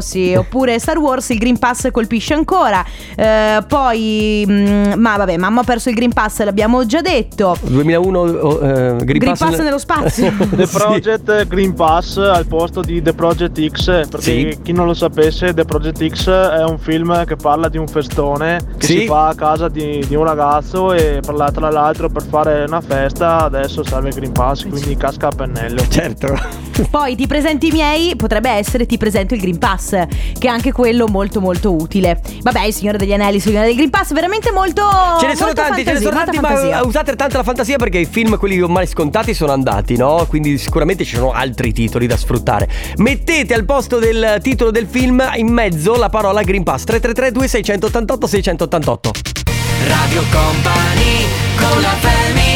[SPEAKER 2] sì, oppure Star Wars il Green Pass colpisce ancora. Eh, poi mh, ma vabbè, mamma ha perso il Green Pass, l'abbiamo già detto.
[SPEAKER 1] 2001 oh, eh, Green,
[SPEAKER 2] Green Pass nello spazio.
[SPEAKER 4] The
[SPEAKER 1] Sì.
[SPEAKER 4] Project eh, Green Pass al posto di The Project X, perché
[SPEAKER 1] Sì.
[SPEAKER 4] chi non lo sapesse, The Project X è un film che parla di un festone che
[SPEAKER 1] Sì.
[SPEAKER 4] si fa a casa di, di un ragazzo e per la- tra l'altro per fare una festa adesso serve il Green Pass, quindi casca a pennello.
[SPEAKER 1] Certo.
[SPEAKER 2] Poi ti presenti i miei potrebbe essere ti presento il Green Pass, che è anche quello molto molto utile. Vabbè, il Signore degli Anelli, il Signore del Green Pass, veramente molto
[SPEAKER 1] Ce ne sono
[SPEAKER 2] molta
[SPEAKER 1] tanti, ce ne
[SPEAKER 2] fantasia,
[SPEAKER 1] sono tanti,
[SPEAKER 2] molta
[SPEAKER 1] ma
[SPEAKER 2] fantasia.
[SPEAKER 1] eh, usate tanto la fantasia perché i film, quelli ormai scontati, sono andati, no? Quindi sicuramente ci sono altri titoli da sfruttare. Mettete al posto del titolo del film in mezzo la parola Green Pass 333 2688 688 Radio Company con la Family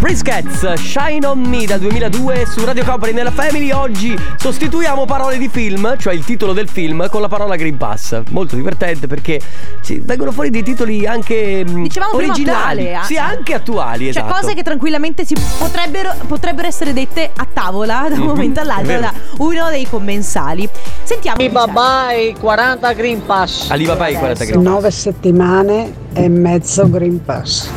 [SPEAKER 1] Briskets, Shine on Me dal 2002 su Radio Company nella Family Oggi sostituiamo parole di film, cioè il titolo del film, con la parola Green Pass Molto divertente perché ci vengono fuori dei titoli anche mm,
[SPEAKER 2] Dicevamo prima
[SPEAKER 1] originali
[SPEAKER 2] attuale,
[SPEAKER 1] Sì,
[SPEAKER 2] eh.
[SPEAKER 1] anche attuali,
[SPEAKER 2] Cioè,
[SPEAKER 1] esatto
[SPEAKER 2] cose che tranquillamente si potrebbero, potrebbero essere dette a tavola da un
[SPEAKER 1] Mhm,
[SPEAKER 2] momento
[SPEAKER 1] è
[SPEAKER 2] all'altro
[SPEAKER 1] vero.
[SPEAKER 2] da uno dei commensali. Sentiamo.
[SPEAKER 12] Alibaba e 40 Green Pass.
[SPEAKER 1] Alibaba e 40 Green Pass
[SPEAKER 12] 9 settimane e mezzo Green Pass.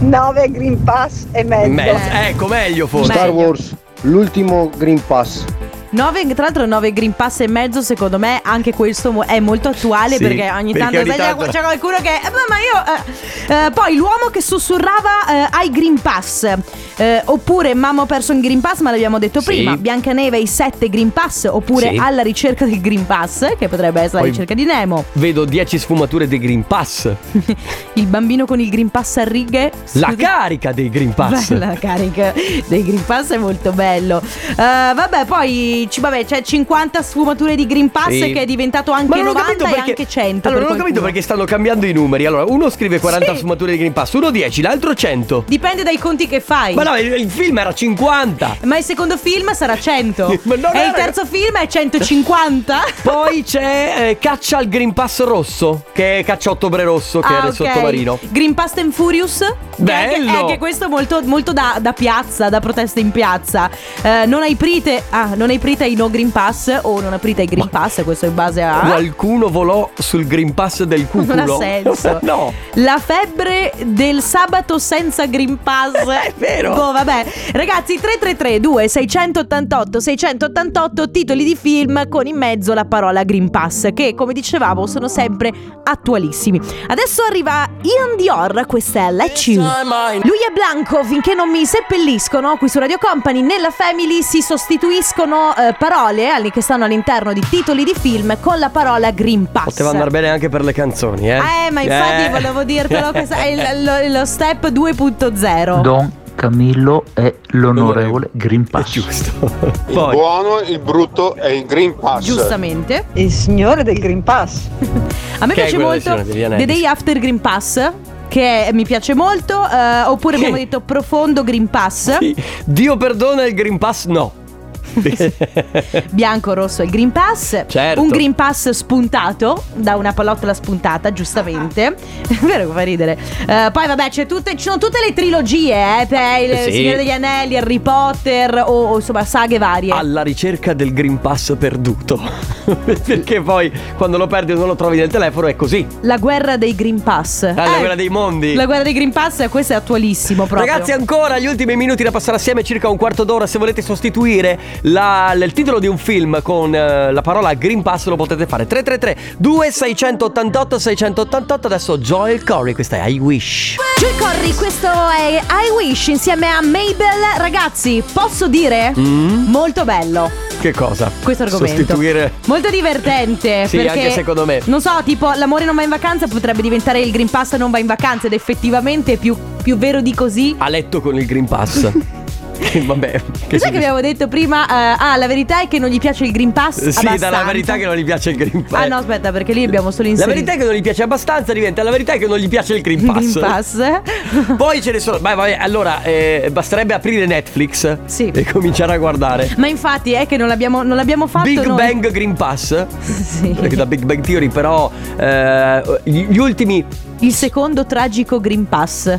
[SPEAKER 12] 9 Green Pass e mezzo.
[SPEAKER 1] In mezzo. Ecco, meglio forse
[SPEAKER 2] Star
[SPEAKER 1] Wars, l'ultimo Green Pass
[SPEAKER 2] Nove- tra l'altro 9 Green Pass e mezzo, secondo me anche questo mo- è molto attuale
[SPEAKER 13] Sì,
[SPEAKER 2] perché ogni
[SPEAKER 13] perché
[SPEAKER 2] tanto,
[SPEAKER 13] ogni
[SPEAKER 2] sveglia-
[SPEAKER 13] tanto-
[SPEAKER 2] c'è qualcuno che... eh, ma io... eh, eh, poi l'uomo che sussurrava eh, ai Green Pass. Eh, oppure mamma ho perso un Green Pass, ma l'abbiamo detto
[SPEAKER 13] Sì.
[SPEAKER 2] prima. Biancaneve i 7 Green Pass. Oppure
[SPEAKER 1] Sì.
[SPEAKER 2] alla ricerca del Green Pass, che potrebbe essere
[SPEAKER 1] Poi-
[SPEAKER 2] la ricerca di Nemo.
[SPEAKER 1] Vedo 10 sfumature dei Green Pass
[SPEAKER 2] Il bambino con il Green Pass a righe.
[SPEAKER 1] La
[SPEAKER 2] Scusi-
[SPEAKER 1] carica dei Green Pass
[SPEAKER 2] Bella carica dei Green Pass è molto bello. Eh, vabbè, poi ci- vabbè, c'è 50 sfumature di Green Pass
[SPEAKER 1] Sì.
[SPEAKER 2] che è diventato anche
[SPEAKER 1] Ma non ho
[SPEAKER 2] 90
[SPEAKER 1] capito
[SPEAKER 2] e
[SPEAKER 1] perché-
[SPEAKER 2] anche 100.
[SPEAKER 1] Allora,
[SPEAKER 2] per
[SPEAKER 1] non ho capito
[SPEAKER 2] qualcuno.
[SPEAKER 1] perché stanno cambiando i numeri. Allora, uno scrive 40
[SPEAKER 2] Sì.
[SPEAKER 1] sfumature di Green Pass, uno 10, l'altro 100.
[SPEAKER 2] Dipende dai conti che fai.
[SPEAKER 1] Ma no, il, il film era 50.
[SPEAKER 2] Ma il secondo film sarà 100.
[SPEAKER 1] Ma non
[SPEAKER 2] e
[SPEAKER 1] era-
[SPEAKER 2] il terzo film è 150.
[SPEAKER 1] Poi c'è eh, Caccia al Green Pass rosso, che è Caccia a Ottobre rosso, che
[SPEAKER 2] Ah,
[SPEAKER 1] era il
[SPEAKER 2] ok.
[SPEAKER 1] sottomarino.
[SPEAKER 2] Green Pass and Furious. che È anche,
[SPEAKER 1] Bello.
[SPEAKER 2] è anche questo molto, molto da, da piazza, da proteste in piazza. Eh, non hai prite. Ah, non hai prite ai no Green Pass. O non aprite ai Green Pass. Questo è in base a.
[SPEAKER 1] Qualcuno volò sul Green Pass del cuculo.
[SPEAKER 2] Ah. Non ha senso.
[SPEAKER 1] no.
[SPEAKER 2] La febbre del sabato senza Green Pass. È
[SPEAKER 1] vero.
[SPEAKER 2] Boh, vabbè. Ragazzi, 333 2688 688 titoli di film con in mezzo la parola Green Pass, che come dicevamo sono sempre attualissimi. Adesso arriva Ian Dior, questa è Let You. Lui è Blanco, finché non mi seppelliscono qui su Radio Company, nella Family si sostituiscono eh, parole all- che stanno all'interno di titoli di film con la parola Green Pass.
[SPEAKER 1] Poteva andare bene anche per le canzoni, eh.
[SPEAKER 2] Eh, ma infatti
[SPEAKER 1] Eh.
[SPEAKER 2] volevo dirtelo che sa- è il- lo, lo step 2.0.
[SPEAKER 14] Camillo è l'onorevole Green Pass.
[SPEAKER 1] giusto.
[SPEAKER 6] Il buono, il brutto e il Green Pass.
[SPEAKER 2] Giustamente.
[SPEAKER 12] Il signore del Green Pass.
[SPEAKER 2] A me
[SPEAKER 6] Che è
[SPEAKER 2] piace
[SPEAKER 6] quella
[SPEAKER 2] molto
[SPEAKER 6] versione degli
[SPEAKER 2] The
[SPEAKER 6] anelli.
[SPEAKER 2] Day After Green Pass, che mi piace molto, eh, oppure abbiamo detto Profondo Green Pass,
[SPEAKER 1] Dio perdona il Green Pass, no.
[SPEAKER 2] bianco, rosso e Green Pass,
[SPEAKER 1] Certo.
[SPEAKER 2] un Green Pass spuntato da una pallottola spuntata, giustamente. È vero che fa ridere. Eh, poi vabbè, c'è tutte, ci sono tutte le trilogie, eh, per il
[SPEAKER 1] Sì.
[SPEAKER 2] Signore degli Anelli, Harry Potter o, o, insomma saghe varie.
[SPEAKER 1] alla ricerca del Green Pass perduto. Perché poi quando lo perdi o non lo trovi nel telefono è così.
[SPEAKER 2] La guerra dei Green Pass. Eh,
[SPEAKER 1] Ah, la guerra dei mondi.
[SPEAKER 2] La guerra dei Green Pass, questo è attualissimo proprio.
[SPEAKER 1] Ragazzi, ancora gli ultimi minuti da passare assieme, circa un quarto d'ora. Se volete sostituire la- il titolo di un film con eh, la parola Green Pass, lo potete fare. 333-2688-688. Adesso Joel Corey, questa è I Wish.
[SPEAKER 2] Joy Corri, questo è I Wish insieme a Mabel. Ragazzi, posso dire?
[SPEAKER 1] Mm?
[SPEAKER 2] Molto bello
[SPEAKER 1] Che cosa?
[SPEAKER 2] questo argomento.
[SPEAKER 1] Sostituire.
[SPEAKER 2] Molto divertente.
[SPEAKER 1] Sì,
[SPEAKER 2] perché,
[SPEAKER 1] anche secondo me.
[SPEAKER 2] Non so, tipo, l'amore non va in vacanza potrebbe diventare il Green Pass non va in vacanza ed effettivamente è più, più vero di così.
[SPEAKER 1] A letto con il Green Pass. Che, vabbè. Che
[SPEAKER 2] Cos'è che abbiamo detto prima? Eh, ah, la verità è che non gli piace il Green Pass.
[SPEAKER 1] Sì, dalla
[SPEAKER 2] abbastanza.
[SPEAKER 1] verità che non gli piace il Green Pass.
[SPEAKER 2] Ah no, aspetta, perché lì abbiamo solo
[SPEAKER 1] La
[SPEAKER 2] inserito.
[SPEAKER 1] verità è che non gli piace abbastanza, diventa la verità è che non gli piace il Green Pass.
[SPEAKER 2] Green Pass.
[SPEAKER 1] Poi ce ne sono. Beh, vabbè, allora, eh, basterebbe aprire Netflix e cominciare a guardare.
[SPEAKER 2] Ma infatti è che non l'abbiamo, non l'abbiamo fatto
[SPEAKER 1] Big
[SPEAKER 2] noi.
[SPEAKER 1] Bang Green Pass.
[SPEAKER 2] Sì.
[SPEAKER 1] Perché da Big Bang Theory, però, eh, gli gli ultimi.
[SPEAKER 2] Il secondo tragico Green Pass.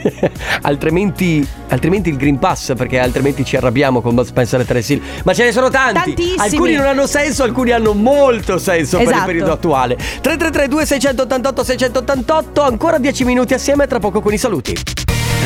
[SPEAKER 1] altrimenti, altrimenti il Green Pass, perché altrimenti ci arrabbiamo con Bud Spencer e Terence Hill. Ma ce ne sono tanti.
[SPEAKER 2] Tantissimi.
[SPEAKER 1] Alcuni non hanno senso, alcuni hanno molto senso per il
[SPEAKER 2] Esatto.
[SPEAKER 1] periodo attuale. 3332 688 688, ancora 10 minuti assieme, tra poco con i saluti.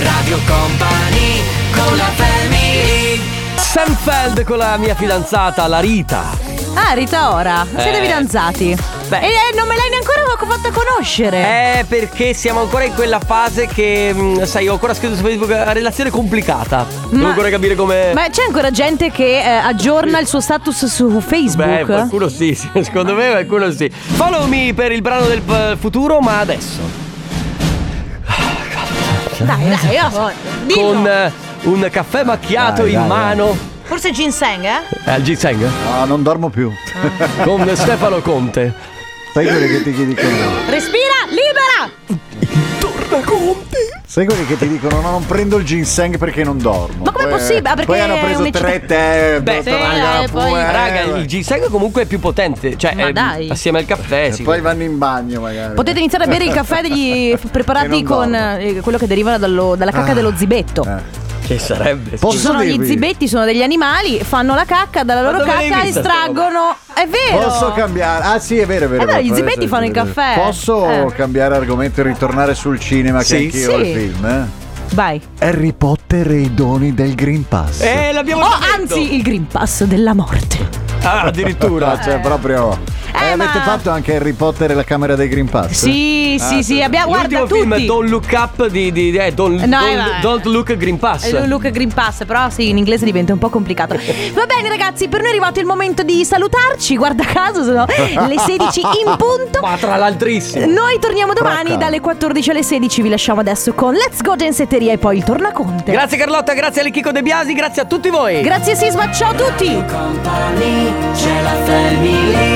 [SPEAKER 3] Radio Company con la family
[SPEAKER 1] Sanfeld con la mia fidanzata, la Rita.
[SPEAKER 2] Ah, Rita Ora, siete
[SPEAKER 1] Eh.
[SPEAKER 2] fidanzati.
[SPEAKER 1] Beh.
[SPEAKER 2] E eh, non me l'hai neanche fatta conoscere.
[SPEAKER 1] Eh, perché siamo ancora in quella fase che, mh, sai, ho ancora scritto su Facebook, eh, relazione complicata. Devo
[SPEAKER 2] Ma-
[SPEAKER 1] ancora capire come...
[SPEAKER 2] Ma c'è ancora gente che eh, aggiorna il suo status su
[SPEAKER 1] Beh,
[SPEAKER 2] Facebook?
[SPEAKER 1] qualcuno sì, sì, secondo me qualcuno sì. Follow me per il brano del eh, futuro, ma adesso.
[SPEAKER 2] dai, dai, io Dillo.
[SPEAKER 1] Con eh, un caffè macchiato
[SPEAKER 13] Dai,
[SPEAKER 1] in
[SPEAKER 13] dai,
[SPEAKER 1] mano.
[SPEAKER 2] Forse ginseng, eh?
[SPEAKER 1] Eh, Al ginseng?
[SPEAKER 13] No, Ah, non dormo più.
[SPEAKER 1] Con Stefano Conte.
[SPEAKER 13] Sai quelli che ti chi dicono?
[SPEAKER 2] Respira, libera!
[SPEAKER 13] Sai quelli che ti dicono? No, non prendo il ginseng perché non dormo.
[SPEAKER 2] Ma com'è
[SPEAKER 13] Poi- eh,
[SPEAKER 2] possibile? Ah, perché
[SPEAKER 13] Poi hanno
[SPEAKER 2] è
[SPEAKER 13] preso
[SPEAKER 2] un
[SPEAKER 13] tre
[SPEAKER 2] ecce-
[SPEAKER 13] tè.
[SPEAKER 1] Beh,
[SPEAKER 13] dottor- raga,
[SPEAKER 2] eh,
[SPEAKER 13] pure- eh,
[SPEAKER 1] raga, il ginseng comunque è più potente. Cioè,
[SPEAKER 2] Ma
[SPEAKER 1] eh,
[SPEAKER 2] dai. Eh,
[SPEAKER 1] assieme al caffè. sì.
[SPEAKER 13] Poi vanno in bagno magari.
[SPEAKER 2] Potete iniziare a bere il caffè degli f- preparati
[SPEAKER 13] E non
[SPEAKER 2] con eh, quello che deriva dallo- dalla cacca
[SPEAKER 13] Ah.
[SPEAKER 2] dello zibetto.
[SPEAKER 1] Che sarebbe? sì.
[SPEAKER 2] sono gli zibetti, sono degli animali, fanno la cacca, dalla
[SPEAKER 13] Ma
[SPEAKER 2] loro
[SPEAKER 13] dove l'hai
[SPEAKER 2] cacca
[SPEAKER 13] vista
[SPEAKER 2] estraggono. È vero!
[SPEAKER 13] Posso cambiare? Ah sì, è vero, è vero.
[SPEAKER 2] Eh, beh,
[SPEAKER 13] è vero,
[SPEAKER 2] gli
[SPEAKER 13] è vero,
[SPEAKER 2] zibetti
[SPEAKER 13] è
[SPEAKER 2] fanno
[SPEAKER 13] vero,
[SPEAKER 2] il
[SPEAKER 13] è vero.
[SPEAKER 2] caffè.
[SPEAKER 13] Posso
[SPEAKER 2] Eh.
[SPEAKER 13] cambiare argomento e ritornare sul cinema
[SPEAKER 1] Sì.
[SPEAKER 13] che anch'io ho il
[SPEAKER 2] Sì.
[SPEAKER 13] film? eh?
[SPEAKER 2] Vai.
[SPEAKER 13] Harry Potter e i doni del Green Pass.
[SPEAKER 1] Eh, l'abbiamo
[SPEAKER 2] Oh,
[SPEAKER 1] già detto.
[SPEAKER 2] anzi, il Green Pass della morte.
[SPEAKER 1] Ah, addirittura.
[SPEAKER 13] cioè, proprio. Eh, avete fatto anche Harry Potter e la camera dei Green Pass?
[SPEAKER 2] Sì,
[SPEAKER 13] Ah,
[SPEAKER 2] sì, sì, abbiamo, guarda
[SPEAKER 1] L'ultimo
[SPEAKER 2] tutti.
[SPEAKER 1] film Don't Look Up di, di- eh, don't,
[SPEAKER 2] No, eh,
[SPEAKER 1] don't,
[SPEAKER 2] vabbè.
[SPEAKER 1] Don't Look Green Pass.
[SPEAKER 2] Eh, Look Green Pass, però sì, in inglese diventa un po' complicato. Va bene, ragazzi, per noi è arrivato il momento di salutarci. Guarda caso, sono le 16 in punto.
[SPEAKER 1] Ma tra l'altrissimo.
[SPEAKER 2] Noi torniamo domani
[SPEAKER 1] Fracca.
[SPEAKER 2] dalle 14 alle 16. Vi lasciamo adesso con Let's Go Gensetteria e poi il Tornaconte.
[SPEAKER 1] Grazie Carlotta, grazie alle Chico De Biasi, grazie a tutti voi.
[SPEAKER 2] Grazie Sisma, ciao a tutti.
[SPEAKER 3] c'è la family